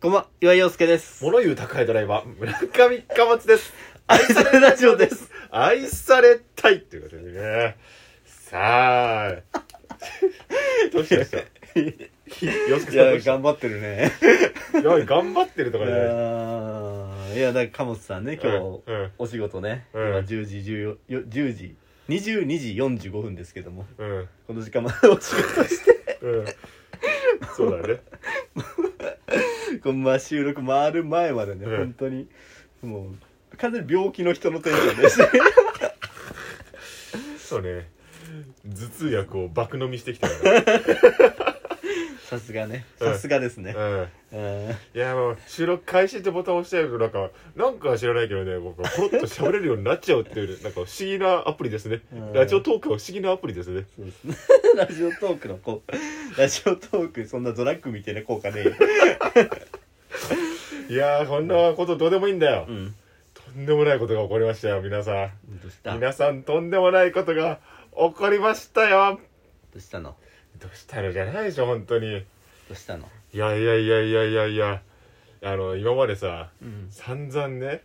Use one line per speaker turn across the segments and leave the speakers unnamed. こんばんは、岩井陽介です。
物言う宅配ドライバー、村上かまつです。
愛されラジオです。
愛されたいということでね。さあ。どうしましたよ
い
しくさんど
や、
うした
頑張ってるね。
いや頑張ってると
い
か
や
じゃない。
ーいや、だから、鴨さんね、今日
うんうん、
お仕事ね、
うん
今10時14、10時、22時45分ですけども、
うん。
この時間ま でお仕事して、
うん。そうだね。
こんばん収録回る前までね、
うん
本当に、もう、完全に病気の人のテンションでして、
そうね。頭痛薬を爆飲みしてきたからね。
さすがね、
うん
さすがですね。
うん。
うん
いやもう収録開始ってボタン押してるとなんかなんか知らないけどね僕はポロッと喋れるようになっちゃうっていうなんか不思議なアプリですね
うん
ラジオトークは不思議なアプリですね
そうですね。ラジオトークのこう、ラジオトーク、そんなドラッグみたいな効果ねえよ。
いやーこんなことどうでもいいんだよ、
ん。
とんでもないことが起こりましたよ皆さ
どうし
ん
たど
皆さんとんでもないことが起こりましたよ
うしたの
どうしたのじゃないでしょ本当に
どうしたの
いやいやいやいやいやいやあの今までさ
うん。
散々ね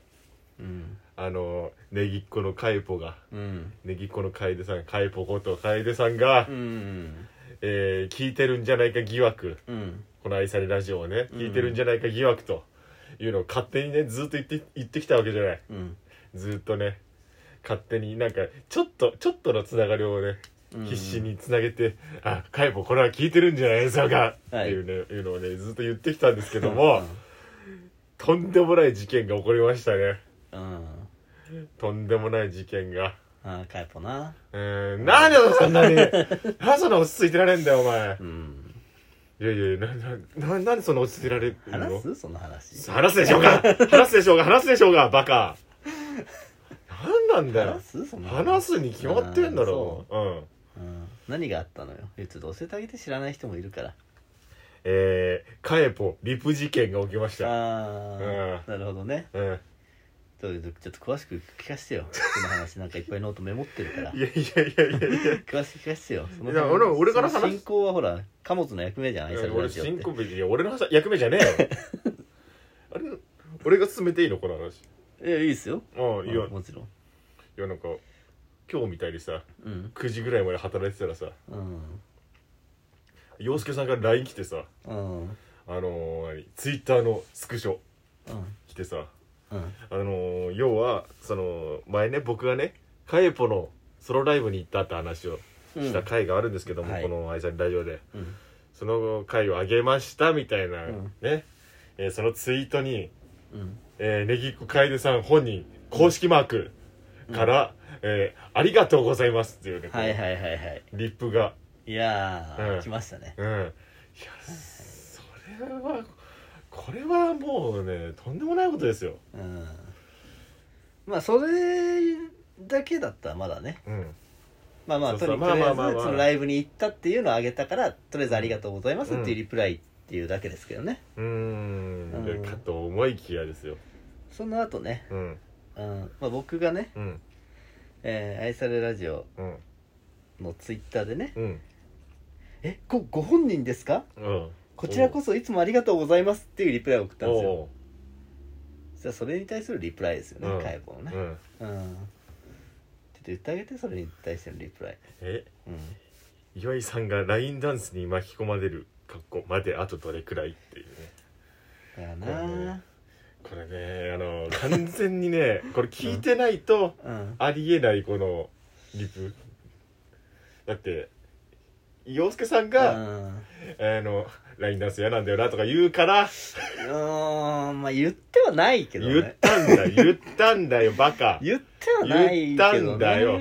うん。
あのネギっ子のカイポが
うん。
ネギっ子のカイデさんカイポことカイデさんが、
うん。
えー聞いてるんじゃないか疑惑
うん。
この愛されラジオをね
うん
聞いてるんじゃないか疑惑というのを勝手にねずっと言って言ってきたわけじゃない
うん。
ずっとね勝手になんかちょっとちょっとのつながりをね必死につなげて「あカイポこれは聞いてるんじゃないでしょうか」って
はい
いう,、ねいうのをねずっと言ってきたんですけどもとんでもない事件が起こりましたね
うん。うん。
とんでもない事件が。
ああ、カイポな。
うーん、なんでそんな に、なんでそんな落ち着いてられんだよ、お前
う。ん。
いやいやいや、な、な、ななんでそんな落ち着いてられるの
話すその話。
話すでしょうか話すでしょうか話すでしょうかバカなんなんだよ
話すその
話すに決まってんだろう、ん、
うん。何があったのよ。え、ちょっと教えてあげて知らない人もいるから。
えー、カエポリプ事件が起きました
ああ、なるほどね。
うん
ちょっとちょっと詳しく聞かせてよ。その話なんかいっぱいノートメモってるから
い。やいやいやいやい や
詳しく聞かせてよ。その
いや俺も俺から話
その進行はほら、貨物の役目じゃないそれ
俺
ラジオって
新婚別に俺の話役目じゃ ねえよあれ俺が進めていいのこの話
いや、いいですよ。
ああいや
うんもちろん。
いやなんか今日みたいにさ
うん。
9時ぐらいまで働いてたらさ
うん。
洋介さんから LINE 来てさ
うん。うん。
あのー、Twitter のスクショ来てさ
うん。
あのー要はその前ね僕がねカエポのソロライブに行ったって話をした回があるんですけども、
うんはい
この「愛されラジオで」
うん。
その回をあげましたみたいな、
うん
ね、えーそのツイートに、
うん。
えー、ネギっ子楓さん本人公式マークから、えーありがとうございます」っていうね、こう
はいはいはいはい。
リップが、
いや
う
ー、
ん
来ましたね。
うん、いやそれはこれはもうねとんでもないことですよ。
うん。まあ、それだけだったらまだね。
うん
まあまあ、
そ
と
う
り
そ
と
う
りあえず、
まあまあまあまあ
そのライブに行ったっていうのをあげたから、とりあえずありがとうございますっていうリプライっていうだけですけどね。
うーん
うん
でかと思いきやですよ。
その後ね、
うん
うん。まあ僕がね、
うん
えー愛されラジオ
うん
のツイッターでね、
うん
え、ご、ご本人ですか
うん
こちらこそいつもありがとうございますっていうリプライを送ったんですよ
お
そしたらそれに対するリプライですよね、
うん
解剖の
う
ね
うん
うん、ちょっと言ってあげてそれに対してのリプライ
え
うん
岩井さんがラインダンスに巻き込まれる格好まであとどれくらいっていうね
だよな
ねこれねあの完全にね これ聞いてないと
うん
ありえないこのリプだって洋介さんが、
うん
あのラインダンス嫌なんだよなとか言うから
うんまあ言ってはないけど
言っ
ね
たんだ 言ったんだよバカ
言ってはないけど、ね、
言ったんだよ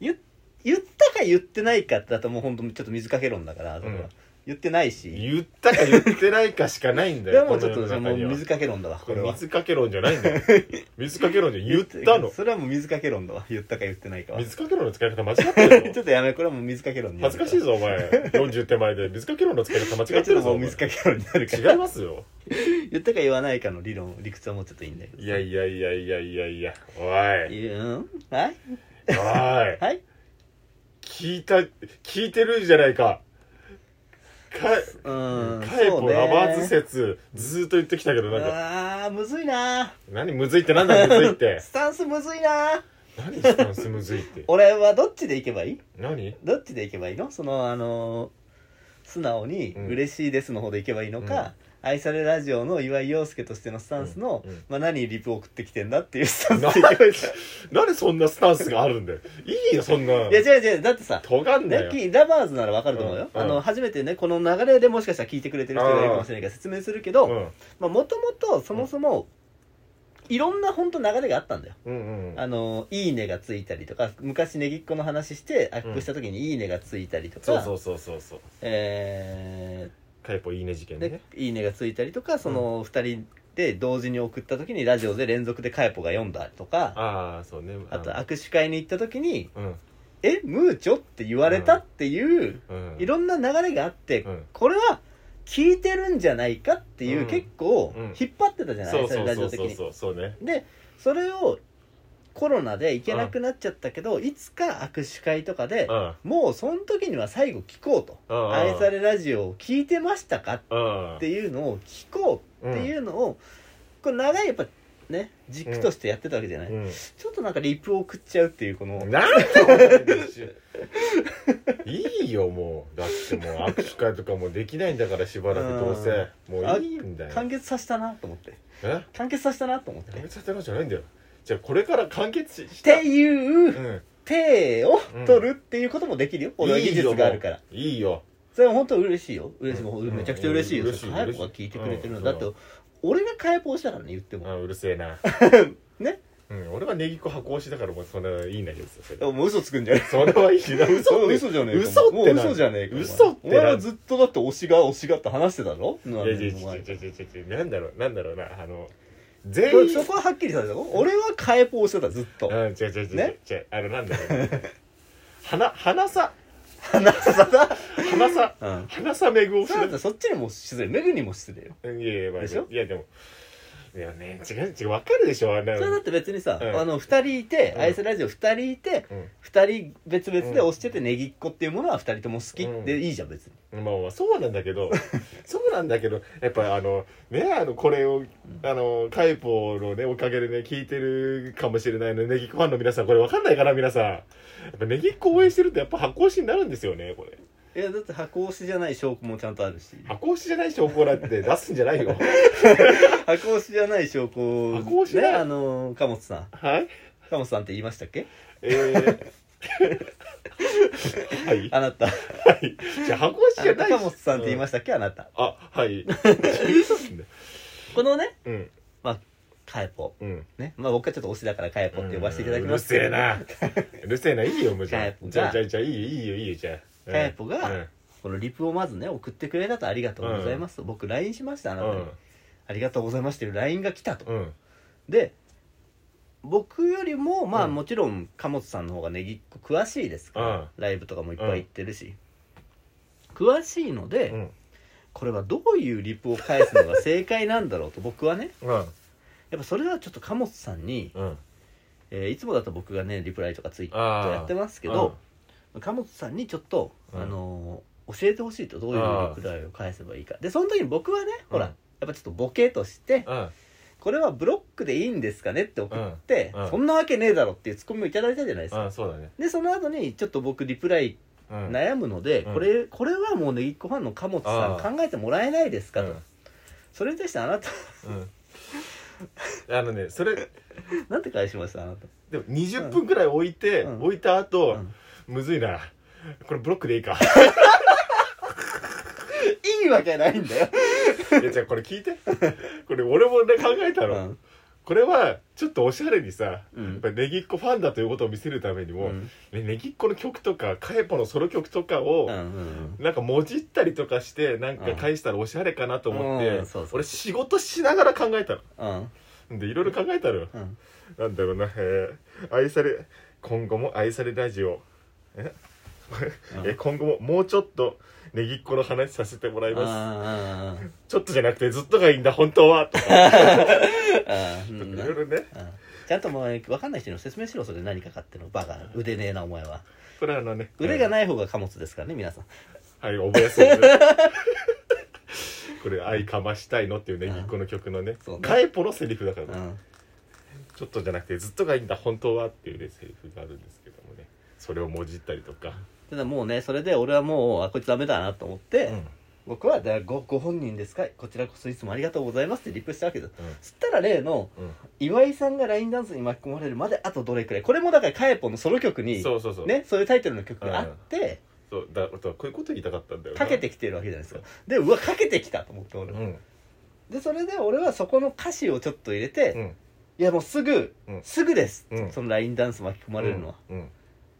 言言ったか言ってないかだともうほんとちょっと水かけ論だから、それは
うん
言ってないし
言ったか言ってないかしかないんだ
で
よ
もうちょっと
こ
じ
の
ゃあもう
世の中には
水かけ論だわ
こ
これ
れ
は
水かけ論じゃないんだ よ水かけ論じゃ言ったの
それはもう水かけ論だわ言ったか言ってないかは
水かけ論の使い方間違って
ちょ
るぞ
っとやめこれはもう水かけ論になる
恥ずかしいぞお前40手前で水かけ論の使い方
ちょ
間違
っ
って
と
るぞ
もう
お前
水かけ論になるから
違いますよ
言ったか言わないかの理論理屈はもうちょっといいんだけど
いやいやいやいやいやいやお
い
い
うんはい
おい
はい
聞いた聞いてるじゃないかか
うん
カイポ
そうね
ラバーズ説ずーっと言ってきたけどなんか
あーむずいな
何むずいってなんだむずいっ て
スタンスむずいな
何スタンスむずいって
俺はどっちでいけばいい
何
どっちでいけばいいのそのあのー素直に
うん
「嬉しいです」の方でいけばいいのか、愛されラジオの岩井陽介としてのスタンスの、
うんうん
まあ、何リプ送ってきてんだっていうスタンス
な
でいけばいいか
なんでそんなスタンスがあるんだよいいよそんない
や違う違うだってさ
尖んな
ね
よ、
きラバーズならわかると思うよ、
うん
あ
う
の
ん
初めてねこの流れでもしかしたら聞いてくれてる人がいるかもしれないから説明するけど
うん、う
も
ん
ともとそもそもいろんな本当流れがあったんだよ
うんうん
あの「いいね」がついたりとか昔ねぎっこの話してアップした時に「いいね」がついたりとか、
そうそうそうそうそう
え
カイポいいね事件
ー
ね
で「いいね」がついたりとかその2人で同時に送った時にラジオで連続でカヤポが読んだりとか
ああそうね
あと
あ
握手会に行った時に
うん
「えムーチョ?」って言われたっていう
うん
いろんな流れがあって
うん
これは聞いてるんじゃないかっていううん結構
うん
引っ張ってたじゃない
そう
それ
そう
ラジ
そ
オ
う
的
そう
に。
そうそうね
でそれをコロナで行けなくなっちゃったけどいつか握手会とかで
うん
もうその時には最後聞こうと「
うん
愛されラジオ」を聞いてましたか
うん
っていうのを聞こうっていうのを、これ長いやっぱね軸としてやってたわけじゃない、
うん
ちょっとなんかリプを送っちゃうっていうこの、
なんでお前でしょいいよもうだってもう握手会とかもできないんだからしばらくどうせもういいんだよ
完結させたなと思って
え
完結させたなと思って
やめ
っ
ちゃったのじゃないんだよじゃあこれから完結しした
ていううん手を取るっていうこともできるよ、俺はい
い
技
よ
術があるから
もういいよ
それは本当嬉しいよ嬉しい、もう
うん
めちゃくちゃ嬉しいよ、
うん嬉しい
早く
嬉しい
が聞いてくれてるの、
うん
だって俺が解放したからね言っても、
あうるせえな
ね
うん俺はネギっ子箱押しだからもうそんないいんだけどさそれ
でももう嘘つくんじゃない
それはいいしな嘘って
嘘じゃねえか
嘘って
も
な
う嘘じゃねえかお前
嘘って
お
な
前はずっとだって推しが推しがって話してたろい
いやいやいやいやいやいやなんだろうなんだろうなあの全員
そこははっきりさせたの俺は解放してたずっと
うん、違う違う違う、
ね
違うあのなんだろう花花さ
話さだ
花さ
うん
花さめぐをす
そうだっ
る
てそっちにも失礼メグにも失礼よ
いやいやまあ
でしょ
いやでもいやね違う違うわかるでしょあんな
そ
の
れだって別にさ、
うん
あの2人いて、
うん
アイスラジオ2人いて
う
2人別々で押しててネギっ子っていうものは2人とも好きでいいじゃん別に、
んまあまあそうなんだ けどそうなんだけどやっぱあのねあのこれをあのカイポーのねおかげでね聞いてるかもしれないのネギっ子ファンの皆さんこれわかんないかな皆さんやっぱネギっ子応援してるとやっぱ箱推しになるんですよねこれ
いやだって箱押しじゃない証拠もちゃんとあるし
箱推しじゃない証拠 なんて出すんじゃないよ
箱押しじゃない証拠
箱押しだ
ね
よ
あの貨物さん
はい
貨物さんって言いましたっけ
えー はい。
あなた
はい。じゃあ、箱押し
あ
じゃ
な
な
た
い
貨物さんって言いま
し
したっけあなた
た。あ、 はい。
このね
うん。
カエポ
うん。
ねまあ僕はちょっと推しだからカエポって呼ばせていただきます
うるせえな。うるせえな。いいよ、もうじゃ
カエ
あ。
ポが
じゃあ、じゃあ、じゃあ、いいよ、いいよ、いいよ、じゃあ。
カエポが
うん
このリプをまずね送ってくれたとありがとうございますと、僕 LINE しましたあ
う
なたに、
ん。
ありがとうございますっていう LINE が来たと、
うん。
で僕よりもまあ
うん
もちろん貨物さんの方がネギっ子詳しいですから、
うん
ライブとかもいっぱい行ってるし、詳しいので、
うん。
これはどういうリプを返すのが正解なんだろうと僕はね
うん。
やっぱそれはちょっと貨物さんに、
うん。
えーいつもだと僕がねリプライとかツイッタ
あ
ー
ー
やってますけど、貨物さんにちょっと、
うん
あのー教えてほしいとどういうリプライを返せばいいかでその時に僕はねほら、
うん
やっぱちょっとボケとして
うん。うん。
これはブロックでいいんですかねって送って、
うんうん
そんなわけねえだろっていうツッコミをいただいたじゃないですか、
うん、そうだね。
でその後にちょっと僕リプライ
うん。
悩むので、
うん
これこれはもうねぎっこファンの貨物さ
あー
ん考えてもらえないです
う
かと、
ん。
それに対してあなた
うん。あのね、それ、
なんて返しましたあなた
でも20分くらい置いて、
うん
置いた後、
うん
むずいな。これブロックでいいか。
いいわけないんだよ、
いやじゃあこれ聞いて これ俺もね考えた
う
の、
ん
これはちょっとおしゃれにさ、
うん
やっぱネギっ子ファンだということを見せるためにも、
うん
ねネギっ子の曲とかカエポのソロ曲とか
うんう
を、
ん
なんかもじったりとかしてなん
う
か
ん
返したらおしゃれかなと思って、
うんそうそう
俺仕事しながら考えた
うんうん
のでいろいろ考えたのよ、
うん
なんだろうな、えー愛され今後も愛されラジオええ今後ももうちょっとネギっ子の話させてもらい
うんうん
ます
うんうん
ちょっとじゃなくてずっとがいいんだ本当はとか
うん
いろいろね
うんちゃんともう分かんない人にも説明しろそれ何かかってのバカ腕ねえなお前は
これあのね
腕が
い、
ない方が貨物ですからね皆さん
はい覚えやすいですねこれ「愛かましたいの」っていうねぎっこの曲のね
そうね
カエポのセリフだから、
うん
ちょっとじゃなくてずっとがいいんだ本当はっていうねセリフがあるんですけどもねそれをもじったりとか、
ただもうねそれで俺はもうあこいつダメだなと思って、僕はだからごご本人ですかこちらこそいつもありがとうございますってリプしたわけです、
うん
そしたら例の
うん
岩井さんがラインダンスに巻き込まれるまであとどれくらいこれもだからカエポのソロ曲に
そうそうそう、
ね、そういうタイトルの曲があって、
そうだあとはこういうこと言いたかったんだよな
かけてきてるわけじゃないですかでうわかけてきたと思って俺、
うん
でそれで俺はそこの歌詞をちょっと入れて、
う
い
ん
やもうすぐ、
うん
すぐです、
うん
そのラインダンス巻き込まれるのは、
うんうん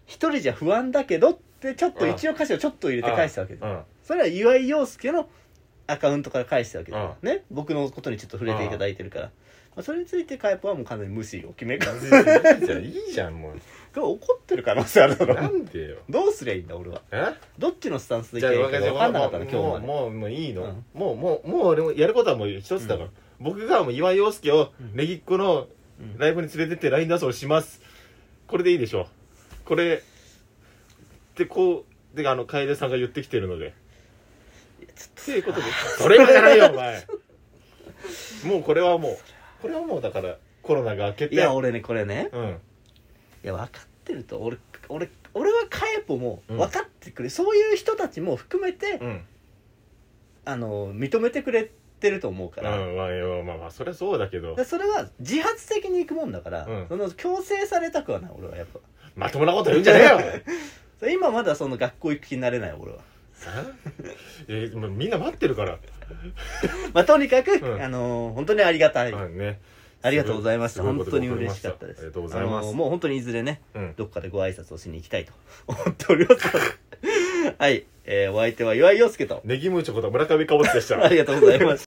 一人じゃ不安だけどってちょっと
うん
一応歌詞をちょっと入れて返したわけです、
うん
それは岩井陽介のアカウントから返したわけです、
う
ね僕のことにちょっと触れていただいてるから、まあ、それについてカイポはもう完全に無視を決 めか
いいじゃんいいじゃんもう
怒ってる可能性あるだ
な
ろ
んでよ
どうすりゃいいんだ俺は
え
どっちのスタンスでい
じ
け
ゃあ
ばいいか
分か
分
りま
か
し
んなかったたの
もう
今日
も
まで
うもうもういいの、
うん
もうもうもう俺もやることはもう一つだから、
うん
僕がもう岩井陽介をねぎっこの
うん
ライブに連れてってラインダンスをしますこれでいいでしょこれでこうであの楓さんが言ってきてるのでっていうことでそれがじゃないよお前もうこれはもうこれはもうだからコロナが明けて
いや俺ねこれね
うん
いや分かってると俺俺俺はカエポも
うん
分かってくれ、そういう人たちも含めて、
うん
あの認めてくれてると思うから、
うんまあいやまあまあそれはそうだけど
だからそれは自発的に行くもんだから、
うん
その強制されたくはない俺はやっぱ
まともなこと言うんじゃねえよ
それ今まだその学校行く気になれない俺は、
えもうみんな待ってるから、
まあ、とにかく、
うん
あのー本当にありがたい、
うんね
ありがとうございました
すごい
本
こと
当に嬉しかったです
ありがとうございま
あ
す
のーもう本当にいずれね
うん
どっかでご挨拶をしに行きたいと 思っておりますはい、えー、お相手は岩井陽介と
ネギムーチョこと村上かぼちでした
ありがとうございました